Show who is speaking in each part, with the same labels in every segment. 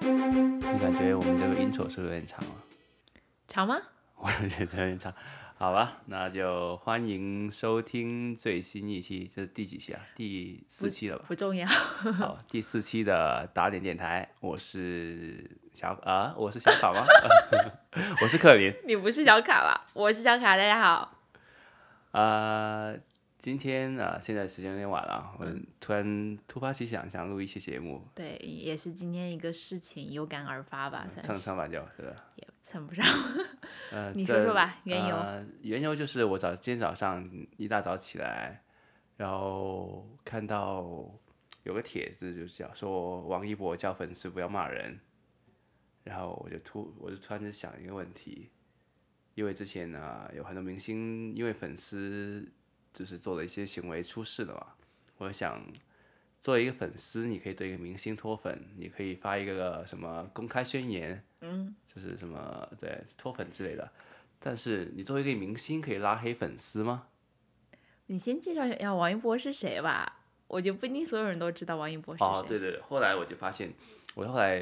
Speaker 1: 你感觉我们这个 intro 是不是有点长了？
Speaker 2: 长吗？
Speaker 1: 我觉得有点长。好吧，那就欢迎收听最新一期，这是第几期啊？第四期 了吧？
Speaker 2: 不重要。
Speaker 1: 好，第四期的打点电台，我是小啊，我是小卡吗？ 我是克林
Speaker 2: 你不是小卡吧？我是小卡，大家好。
Speaker 1: 啊、呃今天啊、呃现在时间有点晚了啊，我突然突发奇想，想录一期节目，
Speaker 2: 对，也是今天一个事情有感而发吧，算
Speaker 1: 蹭
Speaker 2: 是
Speaker 1: 上半脚，对吧？
Speaker 2: 也蹭不上。
Speaker 1: 呃，
Speaker 2: 你
Speaker 1: 这
Speaker 2: 说说吧缘由
Speaker 1: 呃缘由就是我早今天早上一大早起来，然后看到有个帖子，就是讲说王一博叫粉丝不要骂人，然后我就突我就突然就想一个问题，因为之前呢有很多明星因为粉丝就是做了一些行为出事了嘛，我就想。作为一个粉丝，你可以对一个明星脱粉，你可以发一个什么公开宣言，嗯，就是什么对脱粉之类的。但是你作为一个明星，可以拉黑粉丝吗？
Speaker 2: 你先介绍一下王一博是谁吧，我觉得不一定所有人都知道王一博是谁。
Speaker 1: 哦，对对，对后来我就发现，我后来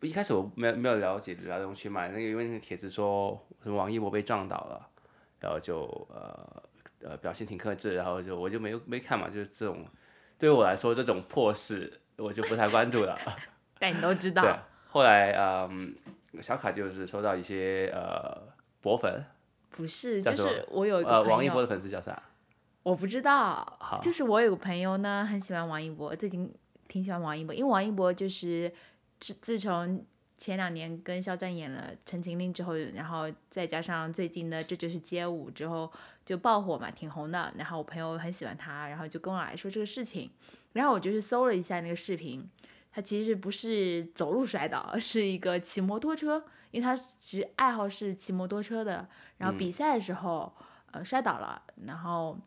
Speaker 1: 一开始我没有没有了解来龙去脉，那个因为那个帖子说什么王一博被撞倒了，然后就呃呃表现挺克制，然后就我就没有没看嘛，就是这种对于我来说这种破事我就不太关 注了。
Speaker 2: 但你都知道
Speaker 1: 对，，后来嗯小卡就是收到一些呃博粉，
Speaker 2: 不是，
Speaker 1: 叫
Speaker 2: 就
Speaker 1: 什么
Speaker 2: 是我有一
Speaker 1: 呃
Speaker 2: 个
Speaker 1: 王
Speaker 2: 朋
Speaker 1: 一博
Speaker 2: 友，
Speaker 1: 的粉丝叫啥？
Speaker 2: 我不知道
Speaker 1: 好，
Speaker 2: 就是我有个朋友呢，很喜欢王一博，最近挺喜欢王一博，因为王一博就是自自从。前两年跟肖战演了《陈情令》之后，然后再加上最近的《这就是街舞》之后，就爆火嘛，挺红的。然后我朋友很喜欢他，然后就跟我来说这个事情。然后我就去搜了一下那个视频，他其实不是走路摔倒，而是一个骑摩托车，因为他其实爱好是骑摩托车的。然后
Speaker 1: 嗯
Speaker 2: 比赛的时候，呃，摔倒了，然后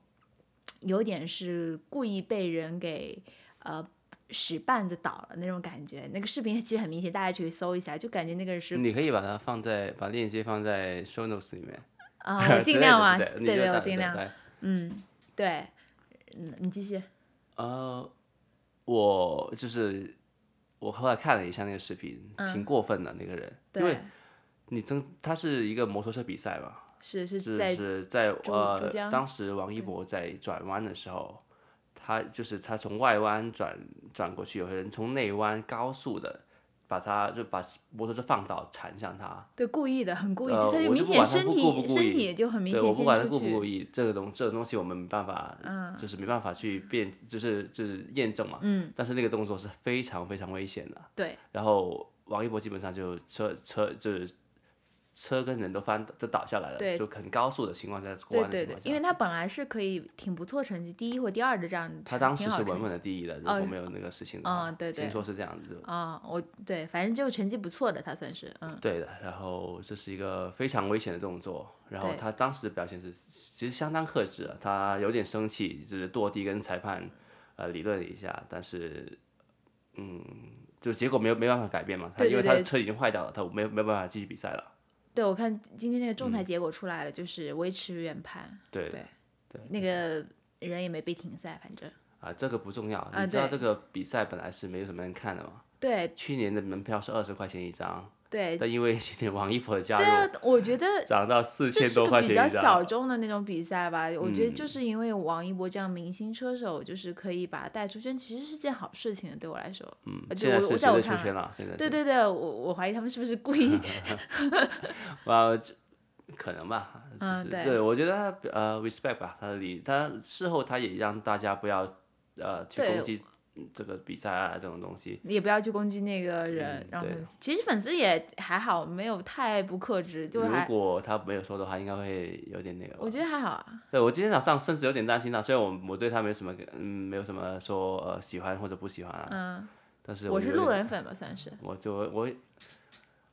Speaker 2: 有点是故意被人给呃使绊子倒了那种感觉。那个视频其实很明显，大家去搜一下，就感觉那个人是
Speaker 1: 你可以把它放在把链接放在 show notes 里面。
Speaker 2: 啊、我 尽量嘛，
Speaker 1: 之类的之类
Speaker 2: 对
Speaker 1: 的
Speaker 2: 对，我
Speaker 1: 你就大
Speaker 2: 尽量，
Speaker 1: 大
Speaker 2: 嗯，对，嗯，你继续，
Speaker 1: 呃，我就是我后来看了一下那个视频，挺过分的那个人，因为
Speaker 2: 嗯对，
Speaker 1: 你真他是一个摩托车比赛嘛，
Speaker 2: 是是
Speaker 1: 就
Speaker 2: 在
Speaker 1: 是在
Speaker 2: 珠珠
Speaker 1: 呃
Speaker 2: 江
Speaker 1: 当时王一博在转弯的时候，他就是他从外弯转转过去，有些人从内弯高速的。把他就把摩托车放倒缠向他，
Speaker 2: 对故意的，很故意，
Speaker 1: 呃
Speaker 2: 就他
Speaker 1: 我就
Speaker 2: 就明
Speaker 1: 不管
Speaker 2: 显
Speaker 1: 他
Speaker 2: 身
Speaker 1: 故
Speaker 2: 体
Speaker 1: 故不故
Speaker 2: 身
Speaker 1: 意
Speaker 2: 体就很明
Speaker 1: 对，
Speaker 2: 显
Speaker 1: 我不管他
Speaker 2: 先出
Speaker 1: 故不故
Speaker 2: 去，嗯
Speaker 1: 意，这个东这个东西我们没办法，就是没办法去辨，就是就是验证嘛。嗯。但是那个动作是非常非常危险的。
Speaker 2: 对
Speaker 1: 然后王一博基本上就车车就是车跟人都翻都倒下来了，
Speaker 2: 对
Speaker 1: 就很高速的情况下过
Speaker 2: 对
Speaker 1: 弯的
Speaker 2: 对
Speaker 1: 情
Speaker 2: 对
Speaker 1: 况，下，
Speaker 2: 因为他本来是可以挺不错成绩，第一或第二的这样，
Speaker 1: 他当时
Speaker 2: 挺好
Speaker 1: 是
Speaker 2: 成
Speaker 1: 稳
Speaker 2: 绩
Speaker 1: 稳的第一的，如
Speaker 2: 哦
Speaker 1: 果没有那个事情的话，
Speaker 2: 嗯对对
Speaker 1: 听说是这样子。
Speaker 2: 啊、我对，反正就成绩不错的，他算是嗯，
Speaker 1: 对的，然后这是一个非常危险的动作，然后
Speaker 2: 对
Speaker 1: 他当时的表现是其实相当克制啊，他有点生气，就是跺地跟裁判呃理论了一下，但是嗯，就结果没有没办法改变嘛，他
Speaker 2: 对对
Speaker 1: 因为他的
Speaker 2: 对
Speaker 1: 车已经坏掉了，他没有没有办法继续比赛了。
Speaker 2: 对我看今天那个仲
Speaker 1: 嗯
Speaker 2: 裁结果出来了，就是维持原判，
Speaker 1: 对
Speaker 2: 对
Speaker 1: 对
Speaker 2: 那个人也没被停赛，反正
Speaker 1: 啊，这个不重要，
Speaker 2: 啊
Speaker 1: 你知道
Speaker 2: 对
Speaker 1: 这个比赛本来是没有什么人看的嘛，
Speaker 2: 对
Speaker 1: 去年的门票是二十块钱一张，
Speaker 2: 对
Speaker 1: 但因为今年王一博的加
Speaker 2: 对啊
Speaker 1: 入，，
Speaker 2: 我觉得
Speaker 1: 涨到 四
Speaker 2: 这
Speaker 1: 千
Speaker 2: 是
Speaker 1: 多
Speaker 2: 个
Speaker 1: 块
Speaker 2: 比
Speaker 1: 钱
Speaker 2: 较
Speaker 1: 一
Speaker 2: 小
Speaker 1: 张。嗯
Speaker 2: 众的那种比赛吧。我觉得就是因为有王一博这样明星车手，就是可以把他带出圈，其实是件好事情的。对我来说，嗯
Speaker 1: 现在
Speaker 2: 我
Speaker 1: 是
Speaker 2: 我
Speaker 1: 绝
Speaker 2: 在我
Speaker 1: 对出
Speaker 2: 看
Speaker 1: 圈
Speaker 2: 来，
Speaker 1: 了，现在是
Speaker 2: 对对对，我我怀疑他们是不是故意，
Speaker 1: 啊，这可能吧，就
Speaker 2: 嗯
Speaker 1: 是、
Speaker 2: 对
Speaker 1: 我觉得他比呃 respect 吧，他的理，他事后他也让大家不要呃去
Speaker 2: 对
Speaker 1: 攻击嗯这个比赛啊这种东西，
Speaker 2: 也不要去攻击那个人
Speaker 1: 嗯。
Speaker 2: 然后
Speaker 1: 对
Speaker 2: 粉丝其实粉丝也还好，没有太不克制，就
Speaker 1: 如
Speaker 2: 还
Speaker 1: 果他没有说的话，应该会有点那个吧。
Speaker 2: 我觉得还好啊。
Speaker 1: 对我今天早上甚至有点担心他，虽然我我对他没什么嗯没有什么说呃喜欢或者不喜欢啊，
Speaker 2: 嗯，
Speaker 1: 但是
Speaker 2: 我
Speaker 1: 有
Speaker 2: 是
Speaker 1: 点
Speaker 2: 路，人粉吧，算是。
Speaker 1: 我就我我有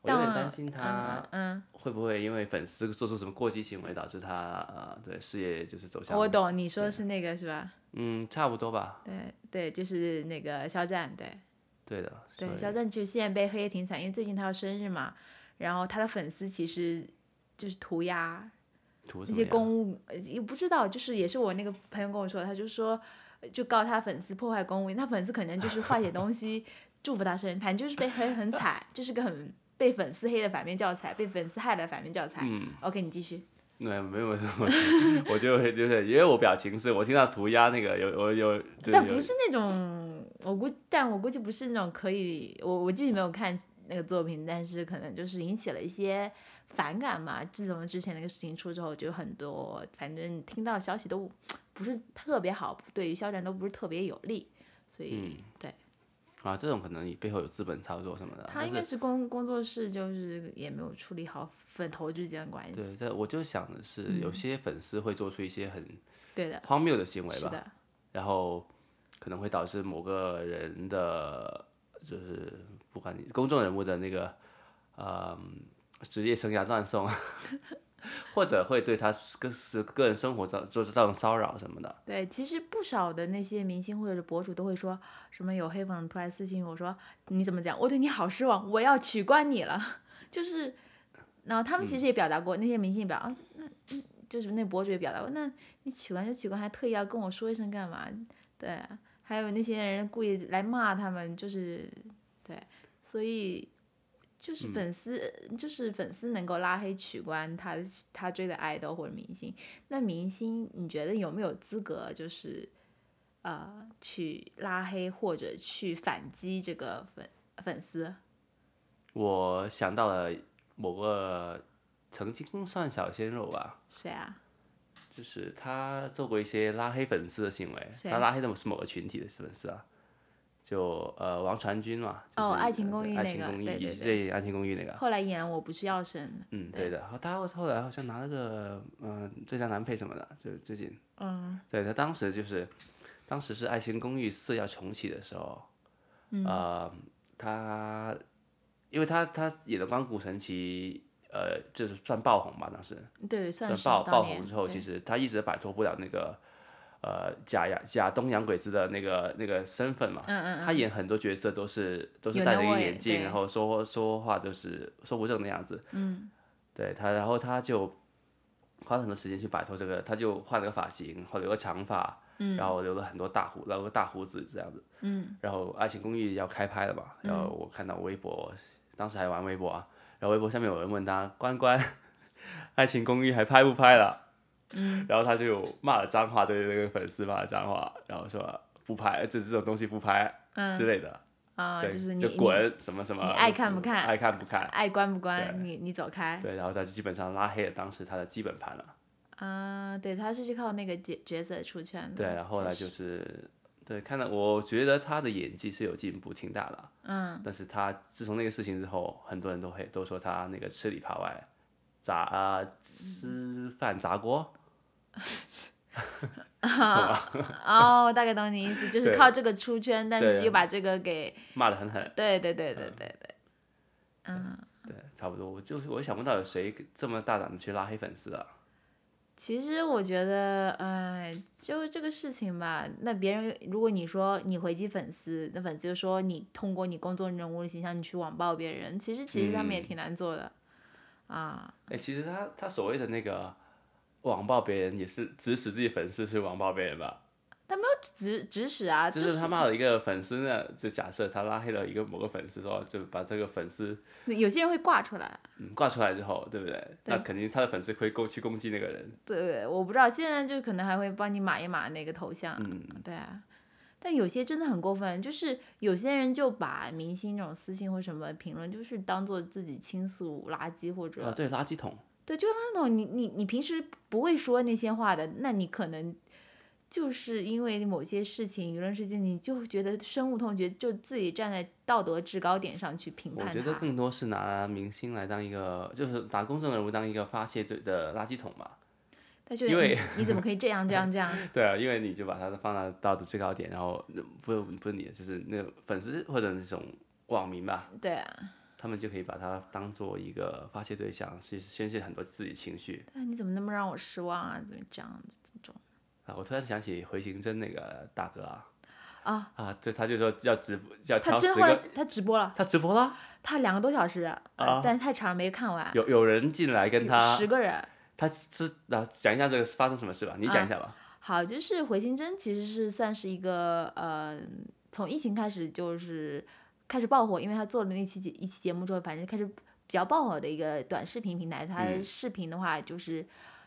Speaker 2: 但
Speaker 1: 点担心他
Speaker 2: 嗯嗯，
Speaker 1: 会不会因为粉丝做出什么过激行为，导致他呃对事业就是走
Speaker 2: 嗯
Speaker 1: 向
Speaker 2: 我懂你说的是那个是吧？
Speaker 1: 嗯差不多吧，
Speaker 2: 对对，就是那个肖战，对
Speaker 1: 对的，
Speaker 2: 对，
Speaker 1: 所
Speaker 2: 肖
Speaker 1: 以
Speaker 2: 战其实现在被黑也挺惨，因为最近他要生日嘛，然后他的粉丝其实就是涂鸦，
Speaker 1: 图什么
Speaker 2: 那些
Speaker 1: 呀
Speaker 2: 公务呃也不知道，就是也是我那个朋友跟我说，他就说呃就告他粉丝破坏公务，他粉丝可能就是画点东西祝福他生日，反正就是被黑很惨，就是个很被粉丝黑的反面教材，被粉丝害的反面教材。OK，你继
Speaker 1: 嗯
Speaker 2: 续。
Speaker 1: 对，没有什么， 我就会就是因为我表情是我听到涂鸦那个有我有，就是
Speaker 2: 但
Speaker 1: 有
Speaker 2: 不是那种，我估，但我估计不是那种可以，我我具体没有看那个作品，但是可能就是引起了一些反感嘛。自从之前那个事情出之后，就很多，反正听到消息都不是特别好，对于肖战都不是特别有利，所以、
Speaker 1: 嗯
Speaker 2: 对
Speaker 1: 啊，这种可能你背后有资本操作什么的，啊
Speaker 2: 他
Speaker 1: 但
Speaker 2: 应
Speaker 1: 是。
Speaker 2: 该是工工作室就是也没有处理好粉头之间的关系，
Speaker 1: 对，但我就想的是，
Speaker 2: 嗯
Speaker 1: 有些粉丝会做出一些很
Speaker 2: 对的，
Speaker 1: 荒谬的行为
Speaker 2: 是
Speaker 1: 吧，
Speaker 2: 的。
Speaker 1: 然后可能会导致某个人的，就是不管你公众人物的那个，呃，职业生涯断送，啊 或者会对他个是个人生活造就是造成骚扰什么的。
Speaker 2: 对，其实不少的那些明星或者是博主都会说什么有黑粉突然私信我说你怎么讲？我对你好失望，我要取关你了。 就是，然后他们其实也表达过，那些明星也表啊，那嗯就是那博主也表达过，那你取关就取关，还特意要跟我说一声干嘛？对啊，还有那些人故意来骂他们，就是对，所以。就是粉丝，就是粉丝能够拉黑取关他他追的爱豆或者明星，那明星，你觉得有没有资格就是，呃，去拉黑或者去反击这个粉粉丝？
Speaker 1: 我想到了某个曾经算小鲜肉吧，
Speaker 2: 谁啊？
Speaker 1: 就是他做过一些拉黑粉丝的行为，
Speaker 2: 谁
Speaker 1: 他拉黑的是某个群体的粉丝啊，就呃王传君嘛，就是
Speaker 2: 哦爱情公寓
Speaker 1: 爱
Speaker 2: 那
Speaker 1: 情
Speaker 2: 个
Speaker 1: 公寓
Speaker 2: 对对
Speaker 1: 以
Speaker 2: 对
Speaker 1: 及这《爱情公寓那个，
Speaker 2: 后来演我不是药神，
Speaker 1: 嗯，对的，他后后来好像拿了个嗯、呃最佳男配什么的，就最近，嗯，对他当时就是，当时是《爱情公寓四》要重启的时候，
Speaker 2: 嗯
Speaker 1: 呃，他因为他他演的《光谷神奇》，呃，就是算爆红吧，当时，
Speaker 2: 对对，算
Speaker 1: 在
Speaker 2: 是
Speaker 1: 爆
Speaker 2: 当
Speaker 1: 爆
Speaker 2: 年
Speaker 1: 红之后，
Speaker 2: 对
Speaker 1: 其实他一直摆脱不了那个呃假洋假东洋鬼子的那个那个身份嘛。
Speaker 2: 嗯嗯
Speaker 1: 他演很多角色都是都是
Speaker 2: 有
Speaker 1: 戴
Speaker 2: 那
Speaker 1: 着一个
Speaker 2: 味
Speaker 1: 眼镜，
Speaker 2: 对
Speaker 1: 然后说说话就是说不正的样子。嗯，对他，然后他就花了很多时间去摆脱这个，他就换了个发型，后留个长发，嗯，然后留了很多大胡，留个大胡子这样子。嗯，然后《爱情公寓》要开拍了嘛，然后我看到微博，当时还玩微博啊，然后微博下面有人问他关关。《爱情公寓》还拍不拍了？嗯， 然后他就骂了脏话，对那个粉丝骂了脏话，然后说不拍，这这种东西不拍，之类的，
Speaker 2: 啊，
Speaker 1: 对，
Speaker 2: 就是你
Speaker 1: 就
Speaker 2: 你
Speaker 1: 滚什么什么，
Speaker 2: 你爱看不看
Speaker 1: 爱看不看，
Speaker 2: 爱关不
Speaker 1: 对
Speaker 2: 关，你你走开
Speaker 1: 对，然后他就基本上拉黑了当时他的基本盘了，
Speaker 2: 啊！对，他是靠那个角角色出圈的，
Speaker 1: 对，然后后来
Speaker 2: 嗯 确
Speaker 1: 就
Speaker 2: 实
Speaker 1: 是。对，看到我觉得他的演技是有进步，挺大的。嗯，但是他自从那个事情之后，很多人都会都说他那个吃里扒外，砸啊、吃饭砸锅，
Speaker 2: 哦，大概懂你意思，就是
Speaker 1: 对
Speaker 2: 靠这个出圈，但
Speaker 1: 对啊
Speaker 2: 是又把这个给
Speaker 1: 骂得很狠。
Speaker 2: 对对对对对对，
Speaker 1: 嗯
Speaker 2: 嗯
Speaker 1: 对，差不多。我就是我想不到有谁这么大胆的去拉黑粉丝啊。
Speaker 2: 其实我觉得，呃，就这个事情吧，那别人如果你说你回击粉丝，那粉丝就说你通过你公众人物的形象你去网暴别人，其实其实他们也
Speaker 1: 嗯
Speaker 2: 挺难做的，啊，
Speaker 1: 哎，其实他他所谓的那个网暴别人，也是指使自己粉丝去网暴别人吧？
Speaker 2: 指指使啊，
Speaker 1: 就
Speaker 2: 就是
Speaker 1: 他骂了一个粉丝呢，就假设他拉黑了一个某个粉丝说，就把这个粉丝
Speaker 2: 有些人会挂出来，
Speaker 1: 嗯挂出来之后，对不对？那肯定他的粉丝会够去攻击那个人。
Speaker 2: 对，我不知道现在就可能还会帮你码一码那个头像，
Speaker 1: 嗯，
Speaker 2: 对啊。但有些真的很过分，就是有些人就把明星这种私信或什么评论，就是当做自己倾诉垃圾或者
Speaker 1: 啊，对，垃圾桶。
Speaker 2: 对，就是那种你你你平时不会说那些话的，那你可能就是因为某些事情、舆论事件，你就会觉得深恶痛绝，就自己站在道德制高点上去评
Speaker 1: 我
Speaker 2: 判
Speaker 1: 觉得
Speaker 2: 他。
Speaker 1: 更多是拿明星来当一个，就是拿公众人物当一个发泄对的垃圾桶吧。
Speaker 2: 他觉
Speaker 1: 因
Speaker 2: 得
Speaker 1: 为
Speaker 2: 你你怎么可以 这样这样这样？
Speaker 1: 对啊，因为你就把它放到道德制高点，然后那不不是你，就是那个粉丝或者那种网民吧，
Speaker 2: 对啊，
Speaker 1: 他们就可以把它当做一个发泄对象，去宣泄很多自己情绪
Speaker 2: 但你怎么那么让我失望啊？怎么这样？
Speaker 1: 啊。我突然想起回形针那个大哥啊，啊啊，对，他就说要直播，要
Speaker 2: 他
Speaker 1: 挑十
Speaker 2: 真啊后来
Speaker 1: 个，
Speaker 2: 他直播了，
Speaker 1: 他直播了，
Speaker 2: 他两个多小时，呃但是太长了没看完，
Speaker 1: 有有人进来跟
Speaker 2: 有
Speaker 1: 他，
Speaker 2: 十个人。
Speaker 1: 他是啊，讲一下这个发生什么事吧，你讲一下吧。
Speaker 2: 好，就是回形针其实是算是一个呃，从疫情开始就是开始爆火，因为他做了那期节一期节目之后，反正开始比较爆火的一个短视频平台。它
Speaker 1: 嗯
Speaker 2: 视频的话就是一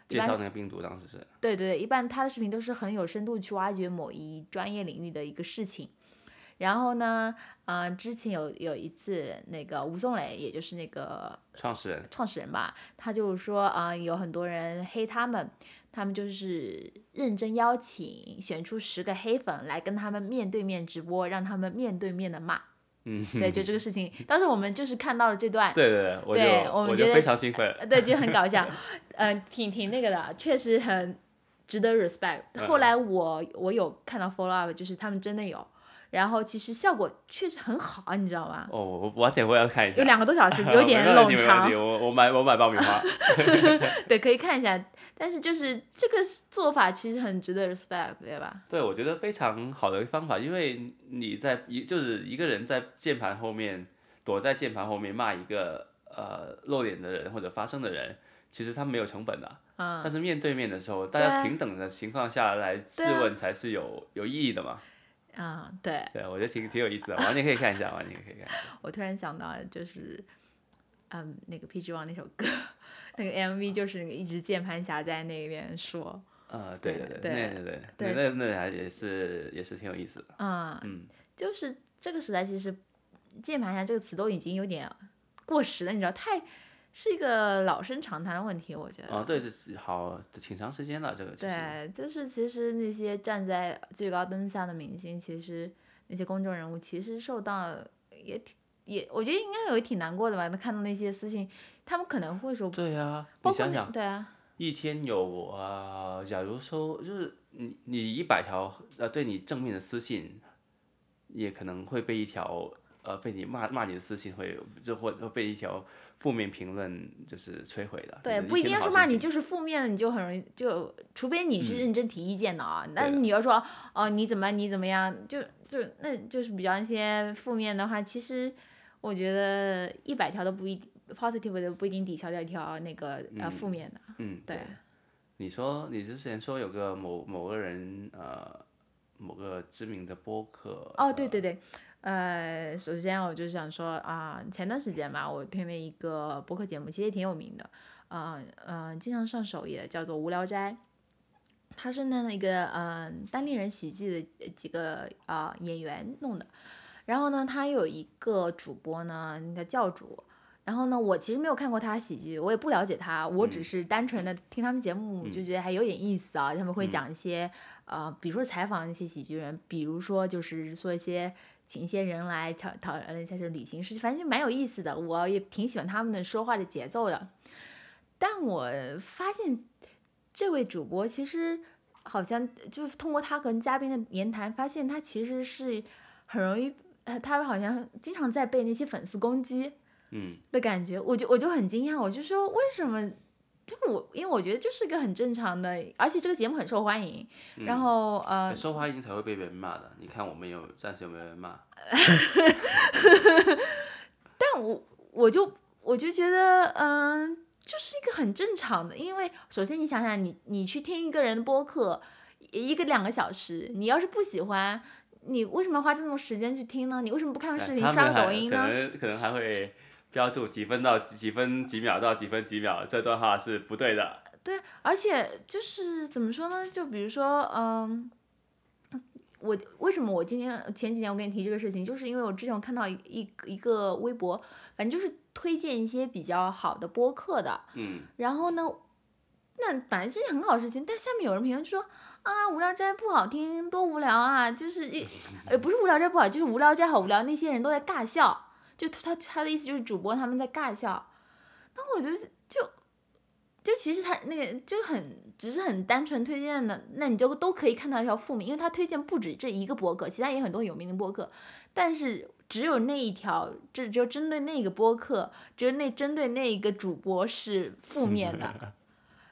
Speaker 1: 介
Speaker 2: 般
Speaker 1: 绍那个病毒当时是，
Speaker 2: 对对，一般他的视频都是很有深度去挖掘某一专业领域的一个事情。然后呢，呃，之前有有一次，那个吴松磊，也就是那个
Speaker 1: 创始人
Speaker 2: 创始人吧，他就是说啊、有很多人黑他们，他们就是认真邀请选出十个黑粉来跟他们面对面直播，让他们面对面的骂。嗯，对，就这个事情，当时我们就是看到了这段，
Speaker 1: 对对对，我就
Speaker 2: 对我们觉
Speaker 1: 就
Speaker 2: 得
Speaker 1: 非常兴奋，
Speaker 2: 呃，对，就很搞笑， 嗯、挺挺那个的，确实很值得 respect。后来我我有看到 follow up，就是他们真的有，然后其实效果确实很好啊，你知道吗？
Speaker 1: 哦，我晚点我也要看一下
Speaker 2: 有，两个多 小时，有点
Speaker 1: 没问题
Speaker 2: 冗
Speaker 1: 没
Speaker 2: 长
Speaker 1: 问题，，我我买我买爆米花，
Speaker 2: 对，可以看一下。但是就是这个做法其实很值得 respect，对吧？
Speaker 1: 对，我觉得非常好的方法，因为你在一就是一个人在键盘后面躲在键盘后面骂一个呃露脸的人或者发声的人，其实他没有成本的、
Speaker 2: 嗯
Speaker 1: 但是面对面的时候，大
Speaker 2: 对
Speaker 1: 家
Speaker 2: 啊
Speaker 1: 平等的情况下来质
Speaker 2: 对啊
Speaker 1: 问才是有有意义的嘛。
Speaker 2: 啊、对
Speaker 1: 对，我觉得挺挺有意思的，晚点可以看一下，晚点可以看一下。
Speaker 2: 我突然想到就是，嗯，那个 PG One 那首歌， 那个 MV 就是一直键盘侠在那边说，
Speaker 1: 呃，对对
Speaker 2: 对
Speaker 1: 对，
Speaker 2: 对
Speaker 1: 那对
Speaker 2: 对
Speaker 1: 那那那还也是也是挺有意思的。
Speaker 2: 嗯，
Speaker 1: 嗯
Speaker 2: 就是这个时代，其实“键盘侠”这个词都已经有点过时了，你知道，太是一个老生常谈的问题，我觉得。
Speaker 1: 啊，对，这是好挺长时间了，这个其实
Speaker 2: 嗯对，就是其实那些站在最高灯下的明星，其实那些公众人物，其实受到也挺也，我觉得应该有挺难过的吧。他看到那些私信，他们可能会说，
Speaker 1: 对啊，
Speaker 2: 包
Speaker 1: 你
Speaker 2: 括
Speaker 1: 想
Speaker 2: 那
Speaker 1: 想。
Speaker 2: 对啊，
Speaker 1: 一天有啊、呃假如说就是你你一百条呃对你正面的私信，也可能会被一条呃被你骂骂你的私信会就或者被一条负面评论就是摧毁的。
Speaker 2: 对，
Speaker 1: 你的
Speaker 2: 不一定
Speaker 1: 天
Speaker 2: 要
Speaker 1: 的
Speaker 2: 是
Speaker 1: 好
Speaker 2: 骂
Speaker 1: 心情
Speaker 2: 你，
Speaker 1: 嗯
Speaker 2: 就是负面的，你就很容易就，除非你是认真提意见的啊。但
Speaker 1: 对
Speaker 2: 是
Speaker 1: 的
Speaker 2: 你要说哦你怎么你怎么样，就就那就是比较一些负面的话，其实我觉得一百条都不一定 positive 的不一定抵消掉一条那个呃负面的，
Speaker 1: 嗯
Speaker 2: 对。
Speaker 1: 你说你之前说有个某某个人呃某个知名的播客
Speaker 2: 哦，对对对，呃，首先我就想说啊、前段时间吧，我听了一个播客节目，其实也挺有名的，啊、嗯、经常上首页，叫做《无聊斋》，它是那那个嗯、单立人喜剧的呃几个啊、演员弄的，然后呢，他有一个主播呢，那个教主。然后呢，我其实没有看过他喜剧，我也不了解他，我只是单纯的听他们节目，就觉得还有点意思啊。他们会讲一些呃，比如说采访一些喜剧人，比如说就是做一些请一些人来讨讨论一下这旅行事情，反正就蛮有意思的。我也挺喜欢他们的说话的节奏的。但我发现这位主播其实好像就是通过他跟嘉宾的言谈，发现他其实是很容易，呃，他好像经常在被那些粉丝攻击。
Speaker 1: 嗯
Speaker 2: 的感觉，我就我就很惊讶，我就说为什么？就我因为我觉得就是个很正常的，而且这个节目很受欢迎。
Speaker 1: 嗯
Speaker 2: 然后呃，
Speaker 1: 说话音才会被别人骂的。你看我们有暂时有没有人骂？
Speaker 2: 但我我就我就觉得，嗯、就是一个很正常的，因为首先你想想你，你去听一个人的播客，一一个两个小时，你要是不喜欢，你为什么要花这么多时间去听呢？你为什么不看
Speaker 1: 哎
Speaker 2: 视频
Speaker 1: 他
Speaker 2: 刷
Speaker 1: 们
Speaker 2: 个抖
Speaker 1: 还
Speaker 2: 音
Speaker 1: 可
Speaker 2: 呢？
Speaker 1: 能可能还会标注几分到几几分几秒到几分几秒，这段话是不对的。
Speaker 2: 对，而且就是怎么说呢？就比如说，嗯、我为什么我今天前几年我跟你提这个事情，就是因为我之前我看到一一个一个微博，反正就是推荐一些比较好的播客的，
Speaker 1: 嗯，
Speaker 2: 然后呢，那本来是件很好的事情，但下面有人评论说啊，无聊斋不好听，多无聊啊！就是一，呃，不是无聊斋不好，就是无聊斋好无聊，那些人都在尬笑，就他他的意思就是主播他们在尬笑，那我就就。就其实他那个就很只是很单纯推荐的，那你就都可以看到一条负面，因为他推荐不止这一个博客，其他也很多有名的博客，但是只有那一条，这只有针对那个播客，只有那针对那一个主播是负面的。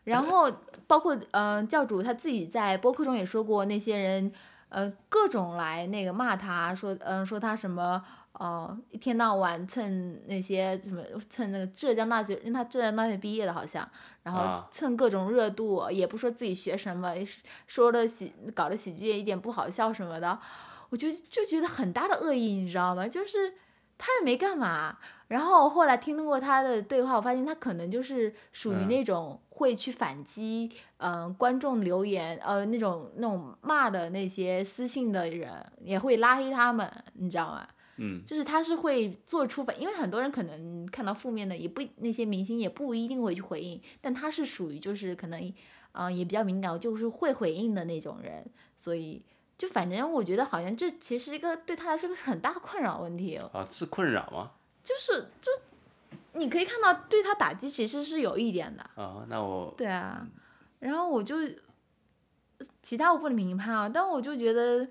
Speaker 2: 然后包括嗯、呃教主他自己在播客中也说过，那些人呃各种来那个骂他，说嗯、呃说他什么呃一天到晚蹭那些什么蹭那个浙江大学，因为他浙江大学毕业的好像，然后
Speaker 1: 啊
Speaker 2: 蹭各种热度，也不说自己学什么，说了喜搞了喜剧也一点不好笑什么的，我就就觉得很大的恶意，你知道吗？就是他也没干嘛。然后后来听过他的对话，我发现他可能就是属于
Speaker 1: 嗯
Speaker 2: 那种会去反击，嗯、观众留言，呃，那种那种骂的那些私信的人，也会拉黑他们，你知道吗？
Speaker 1: 嗯，
Speaker 2: 就是他是会做出反，因为很多人可能看到负面的，也不那些明星也不一定会去回应，但他是属于就是可能，嗯、也比较敏感，就是会回应的那种人，所以就反正我觉得好像这其实一个对他来说是个很大的困扰问题，哦
Speaker 1: 啊，是困扰吗？
Speaker 2: 就是就你可以看到对他打击其实是有一点的，
Speaker 1: 啊，那我
Speaker 2: 对啊，然后我就其他我不能评判啊，但我就觉得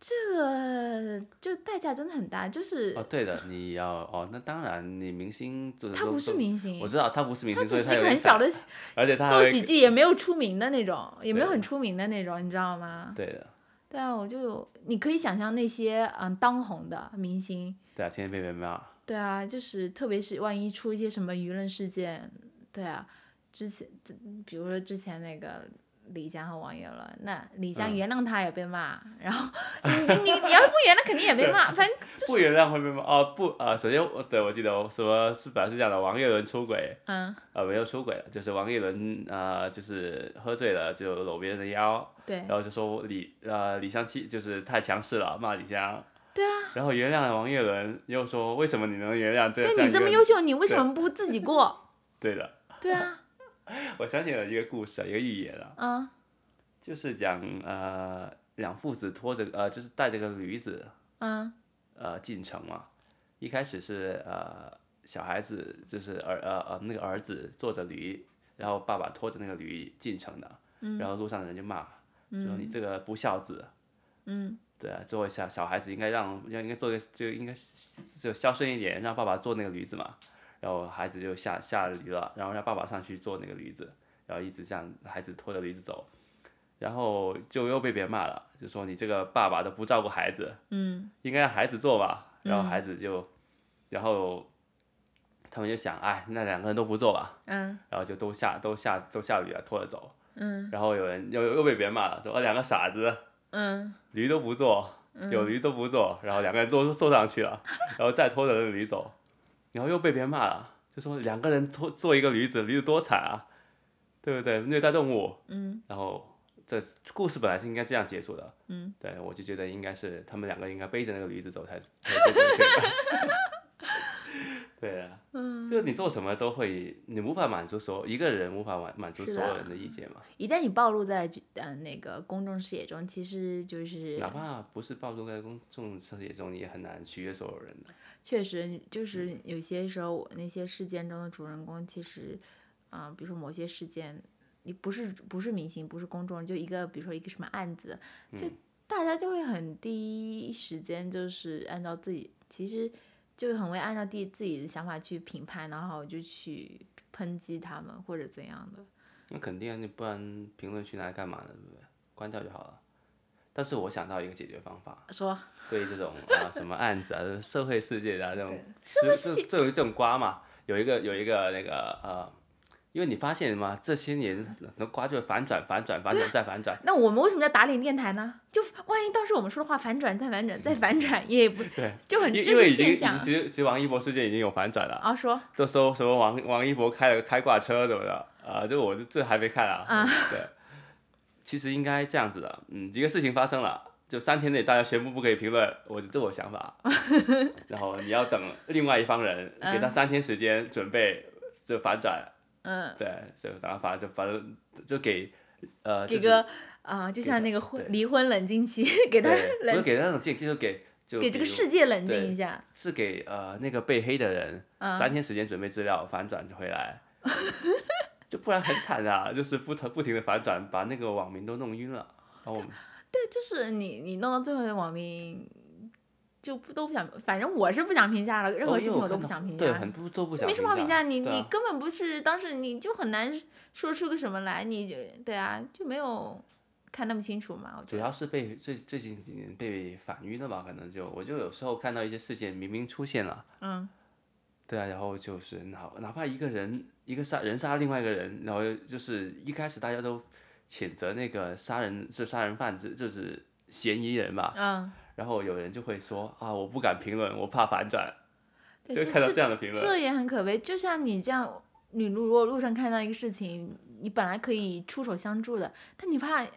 Speaker 2: 这个就代价真的很大，就是
Speaker 1: 哦，对的，你要哦，那当然，你明星做
Speaker 2: 他不是，明
Speaker 1: 做
Speaker 2: 星
Speaker 1: 我，知道他不是明
Speaker 2: 他
Speaker 1: 星，所
Speaker 2: 只
Speaker 1: 以
Speaker 2: 是一
Speaker 1: 有
Speaker 2: 个
Speaker 1: 点
Speaker 2: 很小
Speaker 1: 惨，
Speaker 2: 的
Speaker 1: 而且他还
Speaker 2: 做
Speaker 1: 会
Speaker 2: 喜剧，也没有出名的那种，也没有
Speaker 1: 对
Speaker 2: 很出名的那种，你知道吗？
Speaker 1: 对的，
Speaker 2: 对啊，我就你可以想象那些嗯当红的明星，
Speaker 1: 对啊，天天被被骂，
Speaker 2: 对啊，就是特别是万一出一些什么舆论事件，对啊，之前比如说之前那个李湘和王岳了，那李湘
Speaker 1: 嗯
Speaker 2: 原谅他也被骂，然后你你你要是不原谅肯定也被骂，反正
Speaker 1: 不原谅会被骂哦不啊、呃首先我对我记得我什么是本来是讲的王岳伦出轨，
Speaker 2: 嗯
Speaker 1: 呃没有出轨了，就是王岳伦呃就是喝醉了就搂别人的腰，
Speaker 2: 对
Speaker 1: 然后就说李呃李湘妻就是太强势了骂李湘，
Speaker 2: 对啊，
Speaker 1: 然后原谅了王岳伦，又说为什么你能原谅这？
Speaker 2: 但你
Speaker 1: 这
Speaker 2: 这
Speaker 1: 样
Speaker 2: 么
Speaker 1: 一个
Speaker 2: 优秀，你为什么不自己 过？
Speaker 1: 对的，
Speaker 2: 对啊，
Speaker 1: 我想起了一个故事啊，一个寓言啊，
Speaker 2: 嗯
Speaker 1: 就是讲呃两父子拖着呃就是带着个驴子
Speaker 2: 嗯
Speaker 1: 呃进城嘛。一开始是呃小孩子就是儿呃呃那个儿子坐着驴，然后爸爸拖着那个驴进城的，然后路上的人就骂，就说你这个不孝子。
Speaker 2: 嗯，
Speaker 1: 对啊，作为小小孩子应该让要应该做个就应该就孝顺一点，让爸爸坐那个驴子嘛。然后孩子就下下了驴了，然后让爸爸上去坐那个驴子，然后一直这样孩子拖着驴子走，然后就又被别人骂了，就说你这个爸爸都不照顾孩子，
Speaker 2: 嗯
Speaker 1: 应该让孩子做吧。然后孩子就，然后他们就想，哎，那两个人都不做吧，
Speaker 2: 嗯
Speaker 1: 然后就都下都下都下驴了，拖着走。
Speaker 2: 嗯
Speaker 1: 然后有人又又被别人骂了，说、哦、两个傻子，
Speaker 2: 嗯
Speaker 1: 驴都不坐，有驴都不坐，然后两个人都坐上去 了，然后再拖着那个驴走，然后又被别人骂了，就说两个人拖坐一个驴子，驴子多惨啊，对不对？虐待动物。
Speaker 2: 嗯
Speaker 1: 然后这故事本来是应该这样结束的，
Speaker 2: 嗯，
Speaker 1: 对我就觉得应该是他们两个应该背着那个驴子走才才最正确的。 对啊，
Speaker 2: 嗯，
Speaker 1: 就你做什么都会，你无法满足所有一个人无法满满足
Speaker 2: 是
Speaker 1: 所
Speaker 2: 的
Speaker 1: 有人的意见嘛，
Speaker 2: 一旦你暴露在嗯那个公众视野中，其实就是
Speaker 1: 哪怕不是暴露在公众视野中，你也很难取悦所有人的。
Speaker 2: 确实，
Speaker 1: 嗯
Speaker 2: 就是有些时候我那些事件中的主人公，其实，啊、比如说某些事件，你不是不是明星，不是公众人，就一个比如说一个什么案子，就
Speaker 1: 嗯
Speaker 2: 大家就会很第一时间就是按照自己，其实就很会按照第自己的想法去评判，然后就去抨击他们或者怎样的。
Speaker 1: 那肯定啊，你不然评论区拿来干嘛呢？对不对？关掉就好了。但是我想到一个解决方 法，
Speaker 2: 说
Speaker 1: 对于这种啊什么案子啊、这种社会事件啊这种
Speaker 2: 对，
Speaker 1: 社会事件这种这种瓜嘛，有一个有一个那个呃，因为你发现嘛，这些年那瓜就反转、反转、反转再反转，
Speaker 2: 那我们为什么叫打脸电台呢？就万一到时候我们说的话反转再反转再反转，也不
Speaker 1: 对，
Speaker 2: 就很
Speaker 1: 因
Speaker 2: 真
Speaker 1: 因为
Speaker 2: 实
Speaker 1: 已经
Speaker 2: 现
Speaker 1: 已经
Speaker 2: 象
Speaker 1: 其实其实王一博事件已经有反转了，
Speaker 2: 啊。说
Speaker 1: 就说什么王王一博开了个开挂车什么的啊、这我就这还没看啊，对，其实应该这样子的，嗯，一个事情发生了。就三天内大家全部不可以评论，我这我想 法。然后你要等另外一方人给他三天时间准备这反转，
Speaker 2: 嗯。
Speaker 1: 对，所以然后反正就反正就给呃
Speaker 2: 给
Speaker 1: 就是
Speaker 2: 个啊、就像那个婚
Speaker 1: 对
Speaker 2: 离婚冷静期， 给他
Speaker 1: 对不是
Speaker 2: 冷
Speaker 1: 给他那种建议，就是给就
Speaker 2: 给这个
Speaker 1: 比如
Speaker 2: 世界冷静
Speaker 1: 对
Speaker 2: 一下。
Speaker 1: 是给呃那个被黑的人、
Speaker 2: 嗯
Speaker 1: 三天时间准备资料反转回 来，就不然很惨啊，就是不停不停的反转，把那个网民都弄晕了。哦然后我们
Speaker 2: 对，就是你你弄到最后的网民就不都不想，反正我是不想评价了，任
Speaker 1: 哦
Speaker 2: 何
Speaker 1: 因
Speaker 2: 事
Speaker 1: 为
Speaker 2: 情
Speaker 1: 我
Speaker 2: 都
Speaker 1: 看
Speaker 2: 不
Speaker 1: 到
Speaker 2: 想评
Speaker 1: 对，
Speaker 2: 价，
Speaker 1: 很不都不想
Speaker 2: 没什么好评价。你
Speaker 1: 对
Speaker 2: 你
Speaker 1: 啊
Speaker 2: 根本不是当时你就很难说出个什么来，你就对啊就没有看那么清楚嘛，我觉
Speaker 1: 主
Speaker 2: 得。
Speaker 1: 要是被最最近几年被反晕了吧，可能就我就有时候看到一些事件明明出现了，嗯，对啊，然后就是哪哪怕一个人一个杀人杀另外一个人，然后就是一开始大家都谴责那个杀人是杀人犯，这就是嫌疑人嘛，
Speaker 2: 嗯，
Speaker 1: 然后有人就会说啊，我不敢评论，我怕反转，
Speaker 2: 对，
Speaker 1: 就看到
Speaker 2: 这
Speaker 1: 这样的评论，
Speaker 2: 这也很可悲。就像你这样，你如果路上看到一个事情，你本来可以出手相助的，但你怕啊、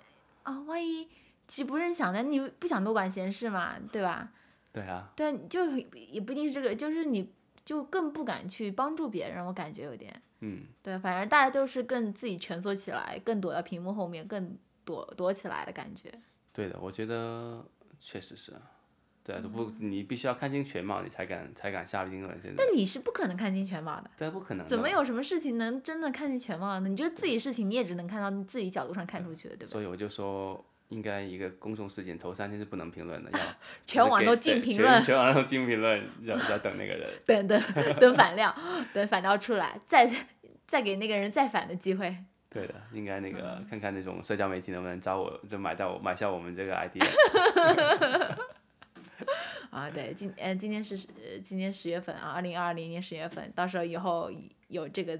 Speaker 2: 万一其实不是想的，你不想多管闲事嘛，对吧？
Speaker 1: 对啊，
Speaker 2: 但就也不一定是这个，就是你就更不敢去帮助别人，我感觉有点。
Speaker 1: 嗯，
Speaker 2: 对，反正大家都是更自己蜷缩起来，更躲到屏幕后面，更躲躲起来的感觉。
Speaker 1: 对的，我觉得确实是啊，对啊，都不
Speaker 2: 嗯
Speaker 1: 你必须要看清全貌，你才敢才敢下定论，现在
Speaker 2: 但你是不可能看清全貌的，
Speaker 1: 对啊不可能的，
Speaker 2: 怎么有什么事情能真的看清全貌呢？你就自己事情，你也只能看到你自己角度上看出去的，对吧？
Speaker 1: 所以我就说，应该一个公众事件头三天是不能评论的，要
Speaker 2: 全网都
Speaker 1: 对
Speaker 2: 禁评
Speaker 1: 全
Speaker 2: 论，
Speaker 1: 全网都禁评论，要要等那个人。
Speaker 2: 等等等反料，等反料出来，再再给那个人再反的机会。
Speaker 1: 对的，应该那个
Speaker 2: 嗯
Speaker 1: 看看那种社交媒体能不能找我，就买到我买下我们这个 ID。
Speaker 2: 啊，对，今呃今年是呃今年十月份啊，二零二零年十月份，到时候以后有这个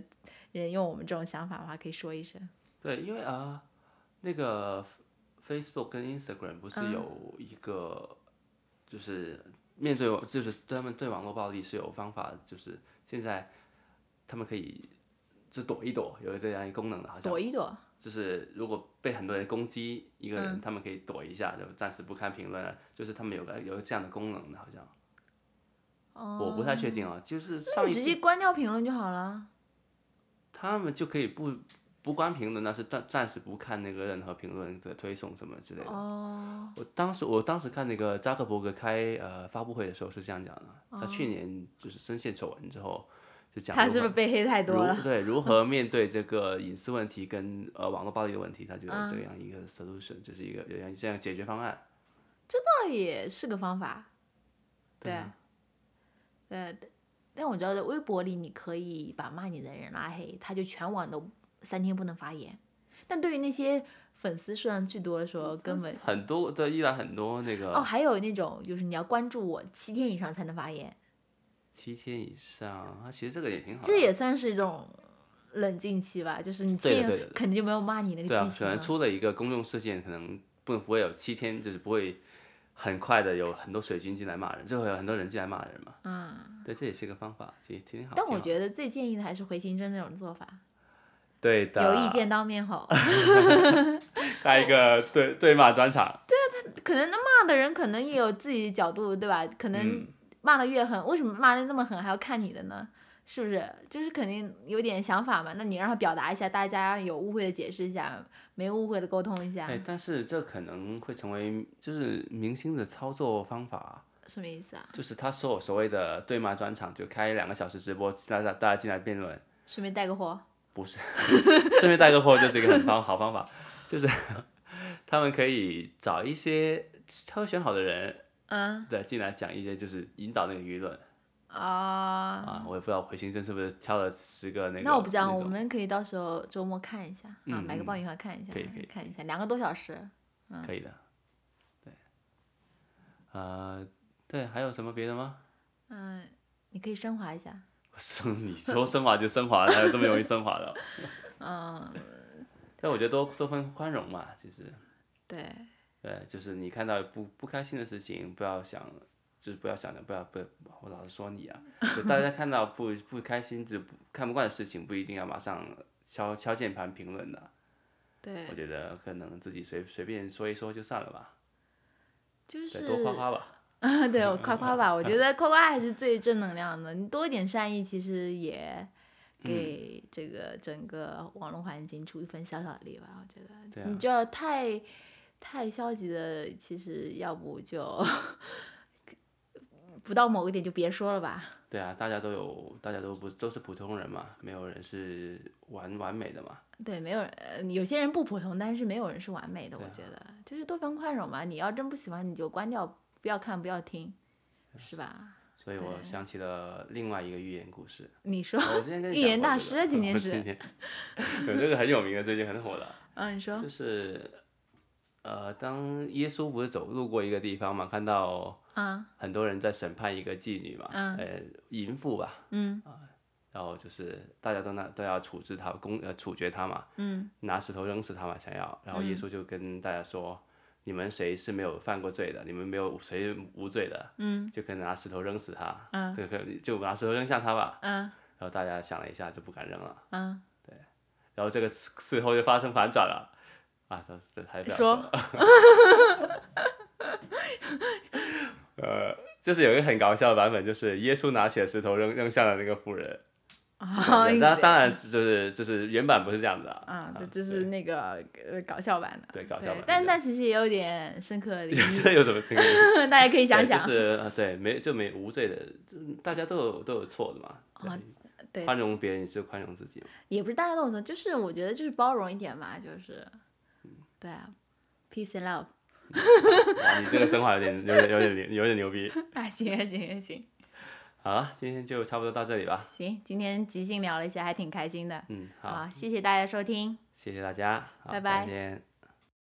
Speaker 2: 人用我们这种想法的话，可以说一声。
Speaker 1: 对，因为啊、那个 Facebook 跟 Instagram 不是
Speaker 2: 嗯
Speaker 1: 有一个，就是面对网，就是对他们对网络暴力是有方法，就是现在他们可以就躲一躲，有这样一个功能的，好像。
Speaker 2: 躲一躲，
Speaker 1: 就是如果被很多人攻击一个
Speaker 2: 嗯
Speaker 1: 人，他们可以躲一下，就暂时不看评论了。就是他们有个有这样的功能的，好像、我不太确定啊。就是
Speaker 2: 哦那
Speaker 1: 上
Speaker 2: 你
Speaker 1: 一
Speaker 2: 直
Speaker 1: 次
Speaker 2: 接关掉评论就好了。
Speaker 1: 他们就可以不不关评论，但是暂暂时不看那个任何评论的推送什么之类的。哦，我当时我当时看那个扎克伯格开呃发布会的时候是这样讲的，他去年就是深陷丑闻之后就讲
Speaker 2: 哦他
Speaker 1: 如
Speaker 2: 是不
Speaker 1: 何
Speaker 2: 是被黑太多了？
Speaker 1: 如对如何面对这个隐私问题跟呃网络暴力的问题，他觉
Speaker 2: 嗯
Speaker 1: 得这样一个 solution、就是一个有样这样解决方案。
Speaker 2: 这也是个方法。对
Speaker 1: 啊，
Speaker 2: 对，呃但我知道在微博里，你可以把骂你的人拉黑，他就全网都三天不能发言。但对于那些粉丝数量巨多的时候，根本
Speaker 1: 很多对依然很多那
Speaker 2: 哦，
Speaker 1: 个
Speaker 2: 还有那种就是你要关注我七天以上才能发言，
Speaker 1: 七天以上，啊，其实这个也挺好的。
Speaker 2: 这也算是一种冷静期吧。就是你
Speaker 1: 对的
Speaker 2: 见
Speaker 1: 对的对的
Speaker 2: 肯定就没有骂你那
Speaker 1: 对
Speaker 2: 个
Speaker 1: 啊
Speaker 2: 激，情
Speaker 1: 可能
Speaker 2: 了。
Speaker 1: 出了一个公众事件，可能不不会有七天，就是不会很快的有很多水军进来骂人，就会有很多人进来骂人嘛。嗯，对，这也是一个方法，其实挺好。
Speaker 2: 啊但
Speaker 1: 挺
Speaker 2: 我
Speaker 1: 好
Speaker 2: 觉得最建议的还是回形针那种做法，
Speaker 1: 对啊的，
Speaker 2: 有意见当面吼。
Speaker 1: 开一个对对骂专场，
Speaker 2: 可能那骂的人可能也有自己角度，对吧？可
Speaker 1: 嗯
Speaker 2: 能骂的越狠，为什么骂的那么狠还要看你的呢？是不是？就是肯定有点想法嘛。那你让他表达一下，大家有误会的解释一下，没误会的沟通一下，
Speaker 1: 哎，但是这可能会成为就是明星的操作方法，
Speaker 2: 什么意思啊？
Speaker 1: 就是他所有所谓的对骂专场，就开两个小时直播，大家大家进来辩论，
Speaker 2: 顺便带个货，
Speaker 1: 不是，顺便带个货就是一个很方好方法，就是 他们可以找一些挑选好的人，
Speaker 2: 嗯
Speaker 1: 对，进来讲一些就是引导那个舆论
Speaker 2: 啊、
Speaker 1: 啊。我也不知道回形针是不是挑了十个那个，
Speaker 2: 那我不知道，我
Speaker 1: 种
Speaker 2: 们可以到时候周末看一下啊，
Speaker 1: 嗯
Speaker 2: 来个
Speaker 1: 嗯
Speaker 2: 爆米花看一下，
Speaker 1: 可以可以
Speaker 2: 看一下，两个多小时。
Speaker 1: 可以的，对，呃，对，还有什么别的吗？
Speaker 2: 嗯，你可以升华一下。
Speaker 1: 升，你说升华就升华了，哪有这么容易升华的？哦
Speaker 2: 嗯，
Speaker 1: 但我觉得多多分宽容嘛，其实，
Speaker 2: 对，
Speaker 1: 对，就是你看到不不开心的事情，不要想，就是不要想着不要不要，我老是说你啊，就大家看到不不开心、就不看不惯的事情，不一定要马上敲敲键盘评论的。
Speaker 2: 对
Speaker 1: 我，觉得可能自己随随便说一说就算了吧，
Speaker 2: 就
Speaker 1: 对，
Speaker 2: 是
Speaker 1: 多夸夸吧。
Speaker 2: 啊， 对我夸夸吧，我觉得夸夸还是最正能量的。你多一点善意，其实也
Speaker 1: 嗯
Speaker 2: 给这个整个网络环境出一份小小的力吧。我觉得，
Speaker 1: 对
Speaker 2: 你
Speaker 1: 啊
Speaker 2: 就要太太消极的，其实要不就 不到某个点就别说了吧。
Speaker 1: 对啊，大家都有，大家都不都是普通人嘛，没有人是完完美的嘛。
Speaker 2: 对，没有人，呃有些人不普通，但是没有人是完美的。
Speaker 1: 对
Speaker 2: 我
Speaker 1: 啊
Speaker 2: 觉得就是多方宽容嘛。你要真不喜欢，你就关掉，不要看，不要听，
Speaker 1: 啊
Speaker 2: 是吧？
Speaker 1: 所以我想起了另外一个寓言故 事，哦
Speaker 2: 你说，
Speaker 1: 我之前跟你
Speaker 2: 寓
Speaker 1: 讲
Speaker 2: 言
Speaker 1: 过
Speaker 2: 大
Speaker 1: 这
Speaker 2: 师
Speaker 1: 个
Speaker 2: 啊今 天
Speaker 1: 我
Speaker 2: 是
Speaker 1: 今天有这个很有名的，最近很火的。
Speaker 2: 嗯，你说
Speaker 1: 就，是呃，当耶稣不是走路过一个地方嘛，看到
Speaker 2: 啊，
Speaker 1: 很多人在审判一个妓女嘛，呃，淫妇吧，
Speaker 2: 嗯
Speaker 1: 然后就是大家都那都要处置她，公呃处决她嘛，
Speaker 2: 嗯
Speaker 1: 拿石头扔死她嘛，想要，然后耶稣就跟大家说，你们谁是没有犯过罪的，你们没有谁无罪的，
Speaker 2: 嗯
Speaker 1: 就可以拿石头扔死她，
Speaker 2: 嗯
Speaker 1: 这个就拿石头扔向她吧，
Speaker 2: 嗯
Speaker 1: 然后大家想了一下就不敢扔了，
Speaker 2: 嗯，
Speaker 1: 然后这个事事后就发生反转了，啊，这这还不要
Speaker 2: 说
Speaker 1: 了 呃，就是有一个很搞笑的版本，就是耶稣拿起了石头扔扔向了那个妇人，
Speaker 2: 啊
Speaker 1: 对那当然就是就是原版不是这样子啊，
Speaker 2: 啊，对，就是那个呃搞笑版的，
Speaker 1: 对搞笑
Speaker 2: 对
Speaker 1: 版，
Speaker 2: 但
Speaker 1: 对
Speaker 2: 但其实也有点深刻的隐
Speaker 1: 这有什么情况？
Speaker 2: 喻，大家可以想
Speaker 1: 对
Speaker 2: 想
Speaker 1: 就，是呃对没就没无罪的，就大家都有都有错的嘛，
Speaker 2: 啊对
Speaker 1: 宽容别人也是宽容自己嘛，
Speaker 2: 也不是大家动作，就是我觉得就是包容一点吧，就是，
Speaker 1: 嗯
Speaker 2: 对啊，peace and love，
Speaker 1: 哇你这个升华有点有点有点有点牛逼，
Speaker 2: 啊，行行行行
Speaker 1: 好了，今天就差不多到这里吧，
Speaker 2: 行，今天即兴聊了一下，还挺开心的，
Speaker 1: 嗯，好，
Speaker 2: 好，谢谢大家收听。
Speaker 1: 谢谢大家，好
Speaker 2: 拜
Speaker 1: 再
Speaker 2: 拜
Speaker 1: 见。